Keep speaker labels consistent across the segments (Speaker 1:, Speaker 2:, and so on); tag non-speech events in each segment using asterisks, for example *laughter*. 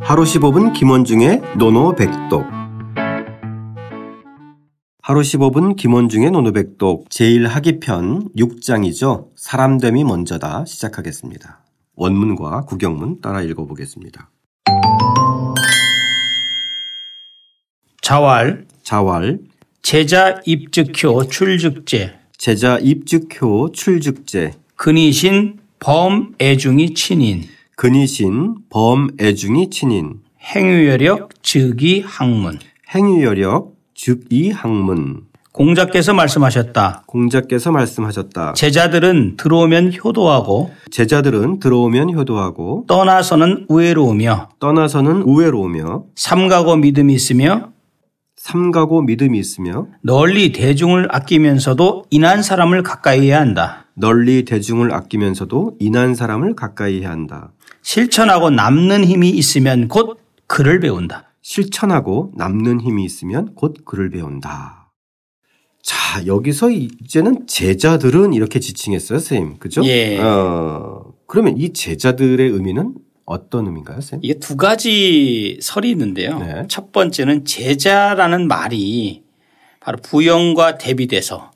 Speaker 1: 하루 15분 김원중의 노노백독 하루 15분 김원중의 노노백독 제1하기편 6장이죠. 사람됨이 먼저다 시작하겠습니다. 원문과 구경문 따라 읽어보겠습니다.
Speaker 2: 자활,
Speaker 1: 자왈
Speaker 2: 제자 입즉효 출즉제,
Speaker 1: 제자 입즉효 출즉제
Speaker 2: 근이신 범애중이 친인,
Speaker 1: 근이신 범애중이 친인
Speaker 2: 행위여력 즉이 학문.
Speaker 1: 행위여력 즉이 학문
Speaker 2: 공자께서 말씀하셨다.
Speaker 1: 공자께서 말씀하셨다.
Speaker 2: 제자들은 들어오면 효도하고
Speaker 1: 제자들은 들어오면 효도하고
Speaker 2: 떠나서는 우애로우며
Speaker 1: 떠나서는 우애로우며
Speaker 2: 삼가고 믿음이 있으며
Speaker 1: 삼가고 믿음이 있으며
Speaker 2: 널리 대중을 아끼면서도 인한 사람을 가까이 해야 한다.
Speaker 1: 널리 대중을 아끼면서도 인한 사람을 가까이 해야 한다.
Speaker 2: 실천하고 남는 힘이 있으면 곧 글을 배운다.
Speaker 1: 실천하고 남는 힘이 있으면 곧 글을 배운다. 자, 여기서 이제는 제자들은 이렇게 지칭했어요, 선생님. 그죠?
Speaker 3: 예.
Speaker 1: 어, 그러면 이 제자들의 의미는 어떤 의미인가요, 선생님?
Speaker 3: 이게 두 가지 설이 있는데요.
Speaker 1: 네.
Speaker 3: 첫 번째는 제자라는 말이 바로 부영과 대비돼서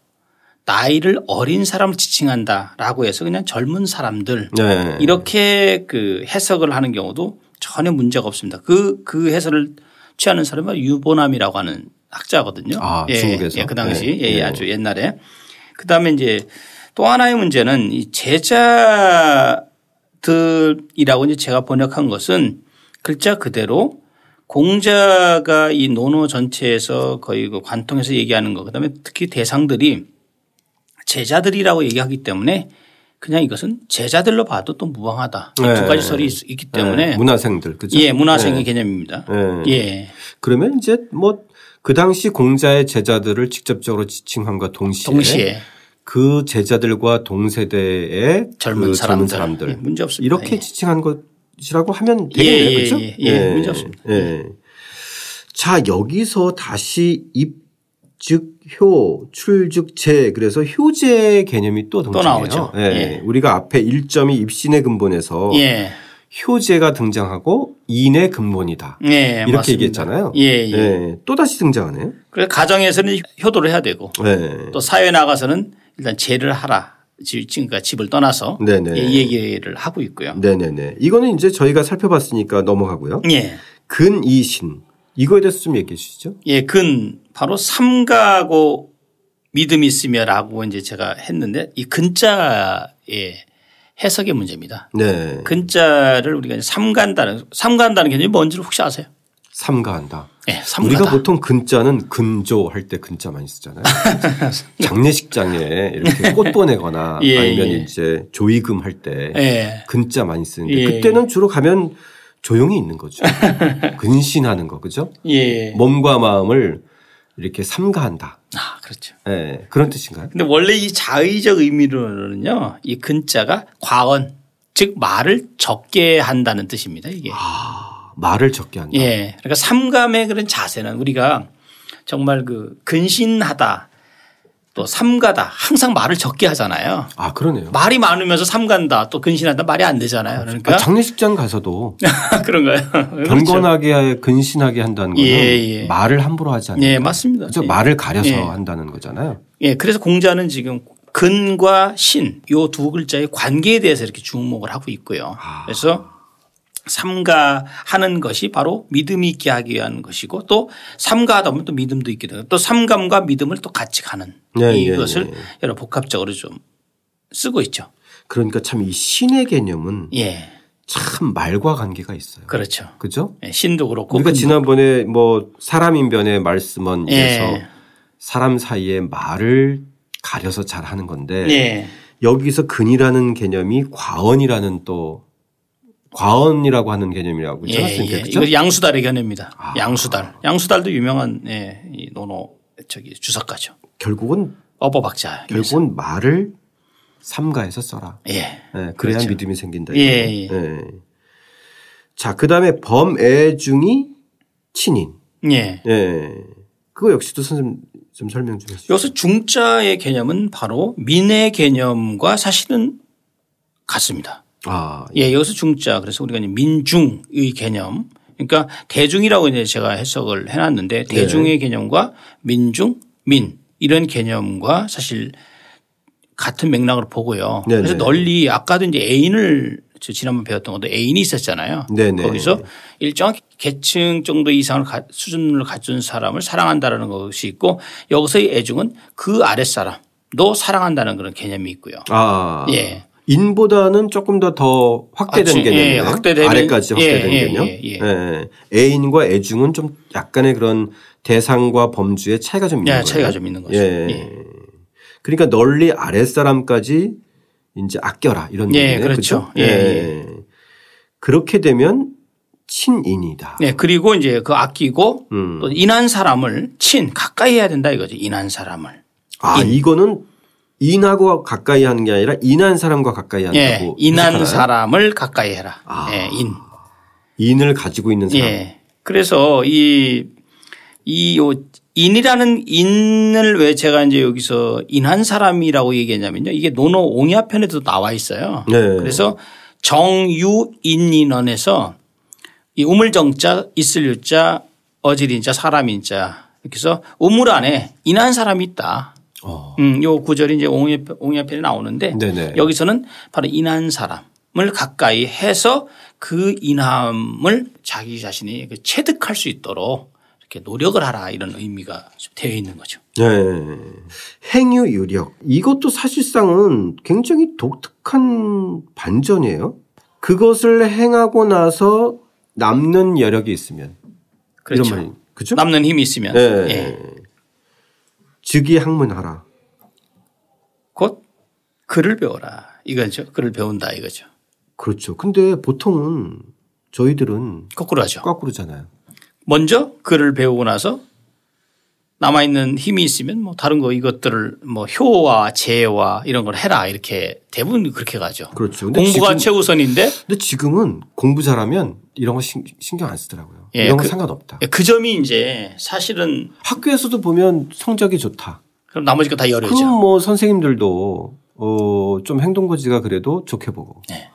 Speaker 3: 나이를 어린 사람을 지칭한다라고 해서 그냥 젊은 사람들
Speaker 1: 네.
Speaker 3: 예. 이렇게 그 해석을 하는 경우도 전혀 문제가 없습니다. 그, 그 해설을 취하는 사람은 유보남이라고 하는 학자거든요.
Speaker 1: 아,
Speaker 3: 예,
Speaker 1: 중국에서?
Speaker 3: 예, 그 당시.
Speaker 1: 네.
Speaker 3: 예, 예,
Speaker 1: 네.
Speaker 3: 아주 옛날에. 그 다음에 이제 또 하나의 문제는 이 제자들이라고 이제 제가 번역한 것은 글자 그대로 공자가 이 논어 전체에서 거의 그 관통해서 얘기하는 거, 그 다음에 특히 대상들이 제자들이라고 얘기하기 때문에 그냥 이것은 제자들로 봐도 또 무방하다. 이두
Speaker 1: 네.
Speaker 3: 가지 설이 있, 기 때문의
Speaker 1: 네, 문화생들, 그죠?
Speaker 3: 예,
Speaker 1: 네.
Speaker 3: 문화생의 개념입니다.
Speaker 1: 네.
Speaker 3: 예.
Speaker 1: 그러면 이제 뭐 그 당시 공자의 제자들을 직접적으로 지칭함과 동시에,
Speaker 3: 동시에
Speaker 1: 그 제자들과 동세대의
Speaker 3: 젊은
Speaker 1: 그
Speaker 3: 사람들.
Speaker 1: 사람들.
Speaker 3: 예, 문제 없습니다.
Speaker 1: 이렇게
Speaker 3: 예.
Speaker 1: 지칭한 것이라고 하면
Speaker 3: 예,
Speaker 1: 되겠네요.
Speaker 3: 예,
Speaker 1: 그렇죠?
Speaker 3: 예, 예. 문제 없습니다.
Speaker 1: 예. 자, 여기서 다시 입, 즉, 효, 출, 즉, 재. 그래서 효제의 개념이 또 등장해요.
Speaker 3: 나오죠.
Speaker 1: 예.
Speaker 3: 예.
Speaker 1: 우리가 앞에 1점이 입신의 근본에서
Speaker 3: 예.
Speaker 1: 효제가 등장하고 인의 근본이다.
Speaker 3: 예.
Speaker 1: 이렇게
Speaker 3: 맞습니다.
Speaker 1: 얘기했잖아요. 네.
Speaker 3: 예, 예.
Speaker 1: 또 다시 등장하네요.
Speaker 3: 그래서 가정에서는 효도를 해야 되고
Speaker 1: 예.
Speaker 3: 또 사회에 나가서는 일단 죄를 하라. 지- 지금까지 집을 떠나서
Speaker 1: 네네.
Speaker 3: 예, 이 얘기를 하고 있고요.
Speaker 1: 네네네. 이거는 이제 저희가 살펴봤으니까 넘어가고요.
Speaker 3: 예.
Speaker 1: 근이신. 이거에 대해서 좀 얘기해 주시죠.
Speaker 3: 예, 근 바로 삼가고 믿음이 있으며라고 이제 제가 했는데 이 근자의 해석의 문제입니다.
Speaker 1: 네.
Speaker 3: 근자를 우리가 이제 삼간다는 삼간다는 개념이 뭔지를 혹시 아세요?
Speaker 1: 삼가한다.
Speaker 3: 예,
Speaker 1: 우리가
Speaker 3: 삼가다.
Speaker 1: 보통 근자는 근조 할 때 근자 많이
Speaker 3: *laughs*
Speaker 1: 쓰잖아요. 장례식장에 이렇게 꽃 보내거나
Speaker 3: *laughs* 예,
Speaker 1: 아니면
Speaker 3: 예.
Speaker 1: 이제 조의금 할 때
Speaker 3: 예.
Speaker 1: 근자 많이 쓰는데
Speaker 3: 예,
Speaker 1: 그때는 주로 가면 조용히 있는
Speaker 3: *laughs*
Speaker 1: 거죠. 근신하는 거 그죠?
Speaker 3: 예.
Speaker 1: 몸과 마음을 이렇게 삼가한다.
Speaker 3: 아, 그렇죠.
Speaker 1: 예, 그런 뜻인가요?
Speaker 3: 근데 원래 이 자의적 의미로는요, 이 근자가 과언, 즉 말을 적게 한다는 뜻입니다. 이게.
Speaker 1: 아, 말을 적게 한다.
Speaker 3: 예. 그러니까 삼감의 그런 자세는 우리가 정말 그 근신하다 또 삼가다 항상 말을 적게 하잖아요.
Speaker 1: 아, 그러네요.
Speaker 3: 말이 많으면서 삼간다 또 근신한다 말이 안 되잖아요.
Speaker 1: 아,
Speaker 3: 그러니까
Speaker 1: 장례식장 가서도
Speaker 3: *laughs* 그런가요? 그렇죠.
Speaker 1: 경건하게 근신하게 한다는 거는
Speaker 3: 예, 예.
Speaker 1: 말을 함부로 하지 않는
Speaker 3: 예,
Speaker 1: 거예요.
Speaker 3: 맞습니다.
Speaker 1: 그죠? 그렇죠.
Speaker 3: 예.
Speaker 1: 말을 가려서
Speaker 3: 예.
Speaker 1: 한다는 거잖아요.
Speaker 3: 예, 그래서 공자는 지금 근과 신 요 두 글자의 관계에 대해서 이렇게 주목을 하고 있고요.
Speaker 1: 아.
Speaker 3: 그래서 삼가하는 것이 바로 믿음이 있게 하기 위한 것이고 또 삼가하다 보면 또 믿음도 있게 되고 또 삼감과 믿음을 또 같이 가는
Speaker 1: 예, 예,
Speaker 3: 이것을
Speaker 1: 예.
Speaker 3: 여러 복합적으로 좀 쓰고 있죠.
Speaker 1: 그러니까 참 이 신의 개념은
Speaker 3: 예,
Speaker 1: 참 말과 관계가 있어요.
Speaker 3: 그렇죠.
Speaker 1: 그죠?
Speaker 3: 예, 신도 그렇고
Speaker 1: 우리가
Speaker 3: 근도
Speaker 1: 지난번에 뭐 사람인변의 말씀원에서
Speaker 3: 예.
Speaker 1: 사람 사이에 말을 가려서 잘 하는 건데
Speaker 3: 예,
Speaker 1: 여기서 근이라는 개념이 과언이라는 또 과언이라고 하는 개념이라고 있지
Speaker 3: 예,
Speaker 1: 않습니까? 그렇죠?
Speaker 3: 예.
Speaker 1: 그죠?
Speaker 3: 이거 양수달의 견해입니다.
Speaker 1: 아.
Speaker 3: 양수달, 양수달도 유명한 예, 이 논어 저기 주석가죠.
Speaker 1: 결국은
Speaker 3: 어버박자.
Speaker 1: 결국은 말을 삼가해서 써라.
Speaker 3: 예.
Speaker 1: 예, 그래야
Speaker 3: 그렇죠.
Speaker 1: 믿음이 생긴다.
Speaker 3: 예,
Speaker 1: 이거예요. 예. 자, 그 다음에 범애중이 친인.
Speaker 3: 예.
Speaker 1: 예. 그거 역시도 선생님 좀 설명 좀 해주세요.
Speaker 3: 여기서 중자의 개념은 바로 민의 개념과 사실은 같습니다.
Speaker 1: 아,
Speaker 3: 예, 여기서 중자. 그래서 우리가 이제 민중의 개념 그러니까 대중이라고 이제 제가 해석을
Speaker 1: 네.
Speaker 3: 해놨는데 대중의 개념과 민중, 민 이런 개념과 사실 같은 맥락으로 보고요.
Speaker 1: 네네.
Speaker 3: 그래서 널리 아까도 이제 애인을 저 지난번 배웠던 것도 애인이 있었잖아요.
Speaker 1: 네네.
Speaker 3: 거기서 일정한 계층 정도 이상을 가- 수준을 갖춘 사람을 사랑한다라는 것이 있고 여기서의 애중은 그 아랫사람도 사랑한다는 그런 개념이 있고요.
Speaker 1: 아.
Speaker 3: 예.
Speaker 1: 인보다는 조금 더 더 확대된
Speaker 3: 아, 지- 예,
Speaker 1: 개념이에요.
Speaker 3: 확대되면-
Speaker 1: 아래까지 확대된
Speaker 3: 예, 예,
Speaker 1: 개념.
Speaker 3: 예, 예.
Speaker 1: 예. 애인과 애중은 좀 약간의 그런 대상과 범주의 차이가 좀 있는
Speaker 3: 예,
Speaker 1: 거예요.
Speaker 3: 차이가 좀 있는 거죠.
Speaker 1: 예.
Speaker 3: 예.
Speaker 1: 그러니까 널리 아랫 사람까지 이제 아껴라 이런
Speaker 3: 예,
Speaker 1: 얘기네요.
Speaker 3: 그렇죠.
Speaker 1: 그죠?
Speaker 3: 예,
Speaker 1: 그렇게 되면 친인이다.
Speaker 3: 네. 그리고 이제 그 아끼고
Speaker 1: 음.
Speaker 3: 또 인한 사람을 친 가까이 해야 된다 이거죠. 인한 사람을.
Speaker 1: 아
Speaker 3: 예.
Speaker 1: 이거는 인하고 가까이 하는 게 아니라 인한 사람과 가까이 한다고.
Speaker 3: 예. 인한
Speaker 1: 해석하나요?
Speaker 3: 사람을 가까이 해라.
Speaker 1: 아.
Speaker 3: 예. 인.
Speaker 1: 인을 가지고 있는 사람.
Speaker 3: 예. 그래서 이, 이, 요 인이라는 인을 왜 제가 이제 여기서 인한 사람이라고 얘기했냐면요. 이게 논어 옹야편에도 나와 있어요.
Speaker 1: 네.
Speaker 3: 그래서 정유인인원에서 이 우물정자, 있을유자, 어질인자, 사람인자 이렇게 해서 우물 안에 인한 사람이 있다.
Speaker 1: 어.
Speaker 3: 음, 요 구절이 이제 옹야편, 옹야편에 나오는데
Speaker 1: 네네.
Speaker 3: 여기서는 바로 인한 사람을 가까이 해서 그 인함을 자기 자신이 그 체득할 수 있도록 이렇게 노력을 하라 이런 의미가 되어 있는 거죠.
Speaker 1: 네. 행유 유력. 이것도 사실상은 굉장히 독특한 반전이에요. 그것을 행하고 나서 남는 여력이 있으면.
Speaker 3: 그렇죠.
Speaker 1: 이런 말이. 그죠?
Speaker 3: 남는 힘이 있으면
Speaker 1: 네.
Speaker 3: 예.
Speaker 1: 즉위 학문하라.
Speaker 3: 곧 글을 배워라 이거죠. 글을 배운다 이거죠.
Speaker 1: 그렇죠. 근데 보통은 저희들은
Speaker 3: 거꾸로 하죠.
Speaker 1: 거꾸로잖아요.
Speaker 3: 먼저 글을 배우고 나서 남아 있는 힘이 있으면 뭐 다른 거 이것들을 뭐 효와 재와 이런 걸 해라 이렇게 대부분 그렇게 가죠.
Speaker 1: 그렇죠. 근데
Speaker 3: 공부가
Speaker 1: 지금-
Speaker 3: 최우선인데
Speaker 1: 근데 지금은 공부 잘하면 이런 거 신- 신경 안 쓰더라고요.
Speaker 3: 예,
Speaker 1: 이런 거
Speaker 3: 그-
Speaker 1: 상관없다.
Speaker 3: 예, 그 점이 이제 사실은
Speaker 1: 학교에서도 보면 성적이 좋다.
Speaker 3: 그럼 나머지가 다 열려져.
Speaker 1: 그럼 뭐 선생님들도 어, 좀 행동거지가 그래도 좋게 보고.
Speaker 3: 네.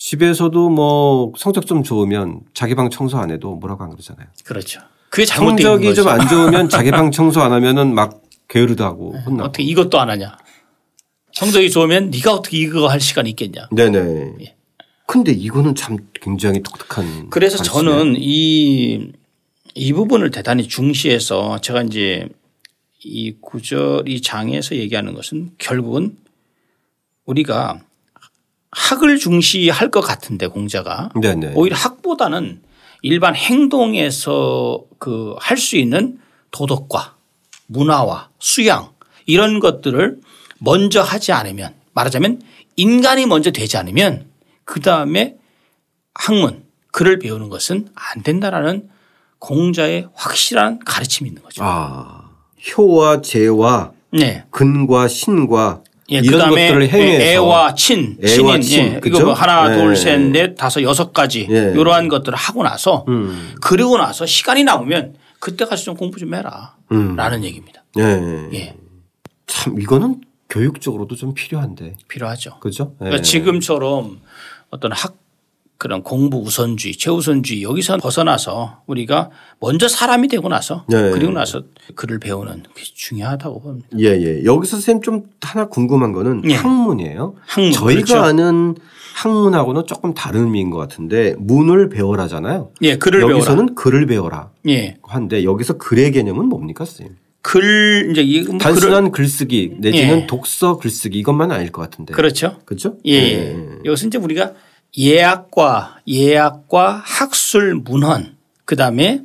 Speaker 1: 집에서도 뭐 성적 좀 좋으면 자기 방 청소 안 해도 뭐라고 안 그러잖아요.
Speaker 3: 그렇죠. 그게 잘못된
Speaker 1: 성적이
Speaker 3: 거죠.
Speaker 1: 좀 안 좋으면 자기
Speaker 3: *laughs*
Speaker 1: 방 청소 안 하면은 막 게으르다고
Speaker 3: 예.
Speaker 1: 혼나고.
Speaker 3: 어떻게 이것도 안 하냐. 성적이 좋으면 네가 어떻게 이거 할 시간이 있겠냐.
Speaker 1: 네네. 근데 이거는 참 굉장히 독특한.
Speaker 3: 예. 그래서
Speaker 1: 관심이에요.
Speaker 3: 저는 이, 이 부분을 대단히 중시해서 제가 이제 이 구절 이 장에서 얘기하는 것은 결국은 우리가 학을 중시할 것 같은데 공자가
Speaker 1: 네네.
Speaker 3: 오히려 학보다는 일반 행동에서 그 할 수 있는 도덕과 문화와 수양 이런 것들을 먼저 하지 않으면 말하자면 인간이 먼저 되지 않으면 그 다음에 학문 글을 배우는 것은 안 된다라는 공자의 확실한 가르침이 있는 거죠.
Speaker 1: 아 효와 재와
Speaker 3: 네.
Speaker 1: 근과 신과
Speaker 3: 예,
Speaker 1: 이런
Speaker 3: 그다음에
Speaker 1: 것들을 행해서
Speaker 3: 애와 친,
Speaker 1: 애와
Speaker 3: 신인,
Speaker 1: 친,
Speaker 3: 예,
Speaker 1: 그죠?
Speaker 3: 이거 뭐 하나,
Speaker 1: 예.
Speaker 3: 둘, 셋, 넷, 다섯, 여섯 가지
Speaker 1: 예. 음.
Speaker 3: 이러한 것들을 하고 나서 그리고 나서 시간이 남으면 그때 가서 좀 공부 좀
Speaker 1: 음.
Speaker 3: 해라라는 얘기입니다.
Speaker 1: 예.
Speaker 3: 예,
Speaker 1: 참 이거는 교육적으로도 좀 필요한데.
Speaker 3: 필요하죠.
Speaker 1: 그죠? 예.
Speaker 3: 그러니까 지금처럼 어떤 학 그런 공부 우선주의, 최우선주의 여기서 벗어나서 우리가 먼저 사람이 되고 나서
Speaker 1: 예.
Speaker 3: 그리고 나서 글을 배우는 게 중요하다고 봅니다.
Speaker 1: 예, 예. 여기서 선생님 좀 하나 궁금한 거는
Speaker 3: 예.
Speaker 1: 학문이에요.
Speaker 3: 학문,
Speaker 1: 저희가
Speaker 3: 그렇죠.
Speaker 1: 아는 학문하고는 조금 다른 의미인 것 같은데 문을 배워라잖아요.
Speaker 3: 예, 글을 배우라.
Speaker 1: 여기서는 글을 배워라.
Speaker 3: 예,
Speaker 1: 한데 여기서 글의 개념은 뭡니까, 선생님?
Speaker 3: 글 이제 이 글을-
Speaker 1: 단순한 글쓰기 내지는
Speaker 3: 예.
Speaker 1: 독서 글쓰기 이것만 아닐 것 같은데.
Speaker 3: 그렇죠.
Speaker 1: 그렇죠?
Speaker 3: 예. 여기서 이제 우리가 예학과 예학과 학술 문헌 그다음에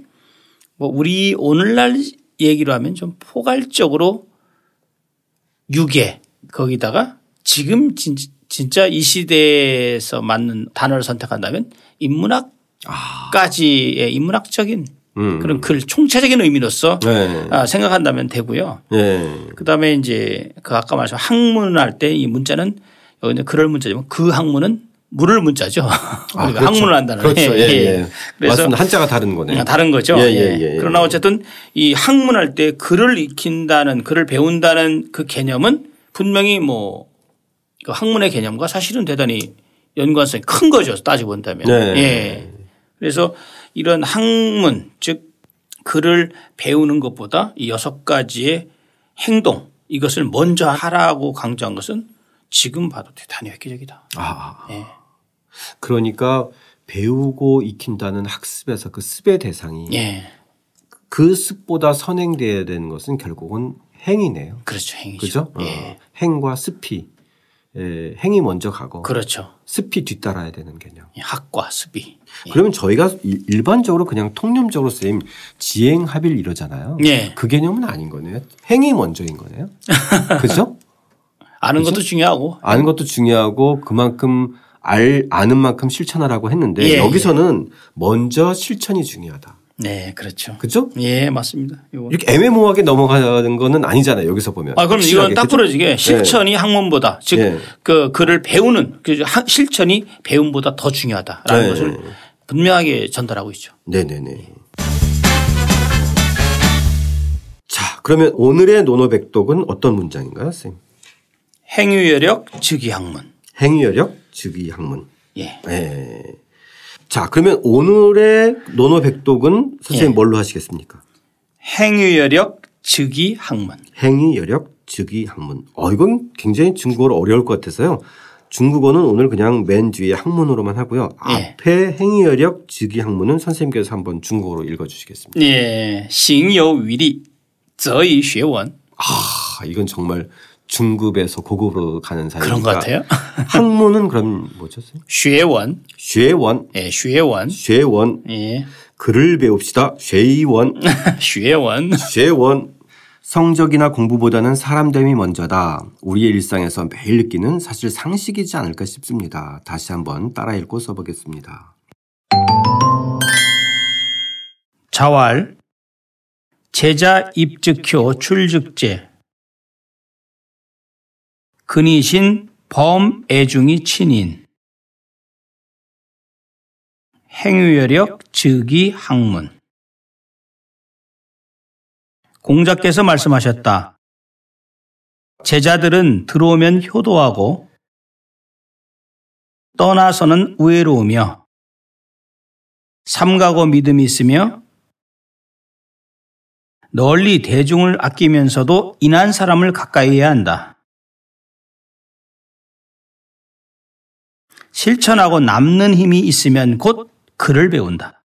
Speaker 3: 뭐 우리 오늘날 얘기로 하면 좀 포괄적으로 유계 거기다가 지금 진, 진짜 이 시대에서 맞는 단어를 선택한다면 인문학까지의 인문학적인
Speaker 1: 음.
Speaker 3: 그런 글 총체적인 의미로서
Speaker 1: 네.
Speaker 3: 아, 생각한다면 되고요.
Speaker 1: 예.
Speaker 3: 그다음에 이제 그 아까 말씀 학문할 때 이 문자는 여기 이제 그럴 문자지만 그 학문은 물을 문자죠. *laughs* 우리가
Speaker 1: 그렇죠.
Speaker 3: 아, 학문을 한다는
Speaker 1: 그렇죠. 예, 예.
Speaker 3: 그래서
Speaker 1: 맞습니다. 한자가 다른 거네요.
Speaker 3: 음, 다른 거죠.
Speaker 1: 예, 예, 예, 예.
Speaker 3: 그러나 어쨌든 이 학문할 때 글을 익힌다는 글을 배운다는 그 개념은 분명히 뭐그 학문의 개념과 사실은 대단히 연관성이 큰 거죠. 따지고 본다면.
Speaker 1: 네.
Speaker 3: 예. 그래서 이런 학문 즉 글을 배우는 것보다 이 여섯 가지의 행동 이것을 먼저 하라고 강조한 것은 지금 봐도 대단히 획기적이다.
Speaker 1: 아,
Speaker 3: 예.
Speaker 1: 그러니까 배우고 익힌다는 학습에서 그 습의 대상이
Speaker 3: 예.
Speaker 1: 그 습보다 선행돼야 되는 것은 결국은 행이네요.
Speaker 3: 그렇죠. 행위죠.
Speaker 1: 그죠?
Speaker 3: 예.
Speaker 1: 어, 행과 습이 예, 행이 먼저 가고
Speaker 3: 그렇죠.
Speaker 1: 습이 뒤따라야 되는 개념.
Speaker 3: 예, 학과 습이.
Speaker 1: 예. 그러면 저희가 일- 일반적으로 그냥 통념적으로 쓰임 지행합일 이러잖아요.
Speaker 3: 예.
Speaker 1: 그 개념은 아닌 거네요. 행이 먼저인 거네요. *laughs* 그죠?
Speaker 3: 아는 것도 중요하고
Speaker 1: 아는 것도 중요하고 그만큼 알 아는 만큼 실천하라고 했는데
Speaker 3: 예,
Speaker 1: 여기서는 먼저 실천이 중요하다.
Speaker 3: 네, 그렇죠.
Speaker 1: 그죠?
Speaker 3: 예, 맞습니다. 이거.
Speaker 1: 이렇게 애매모호하게 넘어가는 거는 아니잖아요. 여기서 보면.
Speaker 3: 아, 그럼
Speaker 1: 확실하게,
Speaker 3: 이건 딱
Speaker 1: 그죠? 네.
Speaker 3: 부러지게 실천이 학문보다 즉,
Speaker 1: 예.
Speaker 3: 그 글을 배우는 그 하- 실천이 배움보다 더 중요하다라는
Speaker 1: 네.
Speaker 3: 것을 분명하게 전달하고 있죠.
Speaker 1: 네네네. 자, 그러면 오늘의 노노백독은 어떤 문장인가요, 선생님?
Speaker 3: 행위여력 즉위학문.
Speaker 1: 행위여력 즉위 학문.
Speaker 3: 예.
Speaker 1: 예. 자, 그러면 오늘의 노노백독은 선생님
Speaker 3: 예.
Speaker 1: 뭘로 하시겠습니까?
Speaker 3: 행위여력 즉위학문.
Speaker 1: 행위여력 즉위 학문. 어, 이건 굉장히 중국어로 어려울 것 같아서요. 중국어는 오늘 그냥 맨 뒤에 학문으로만 하고요.
Speaker 3: 예.
Speaker 1: 앞에 행위여력 즉위 학문은 선생님께서 한번 중국어로 읽어주시겠습니다.
Speaker 3: 예,行有余力,则以学文.
Speaker 1: 아, 이건 정말 중급에서 고급으로 가는 사이니까
Speaker 3: 그런 것 같아요. *laughs*
Speaker 1: 학문은 그럼 뭐죠? 선생님?
Speaker 3: 学文,
Speaker 1: 쇠원,
Speaker 3: 예, 学文,
Speaker 1: 쇠원,
Speaker 3: 예, *laughs*
Speaker 1: 글을 배웁시다. 쇠이원,
Speaker 3: 学文,
Speaker 1: 쇠원. 성적이나 공부보다는 사람 됨이 먼저다. 우리의 일상에서 매일 느끼는 사실 상식이지 않을까 싶습니다. 다시 한번 따라 읽고 써보겠습니다.
Speaker 2: 자활, 제자 입즉효 출즉제, 근이신 범 애중이 친인, 행위여력 즉위 학문. 공자께서 말씀하셨다. 제자들은 들어오면 효도하고 떠나서는 우애로우며 삼가고 믿음이 있으며 널리 대중을 아끼면서도 인한 사람을 가까이 해야 한다. 실천하고 남는 힘이 있으면 곧 글을 배운다.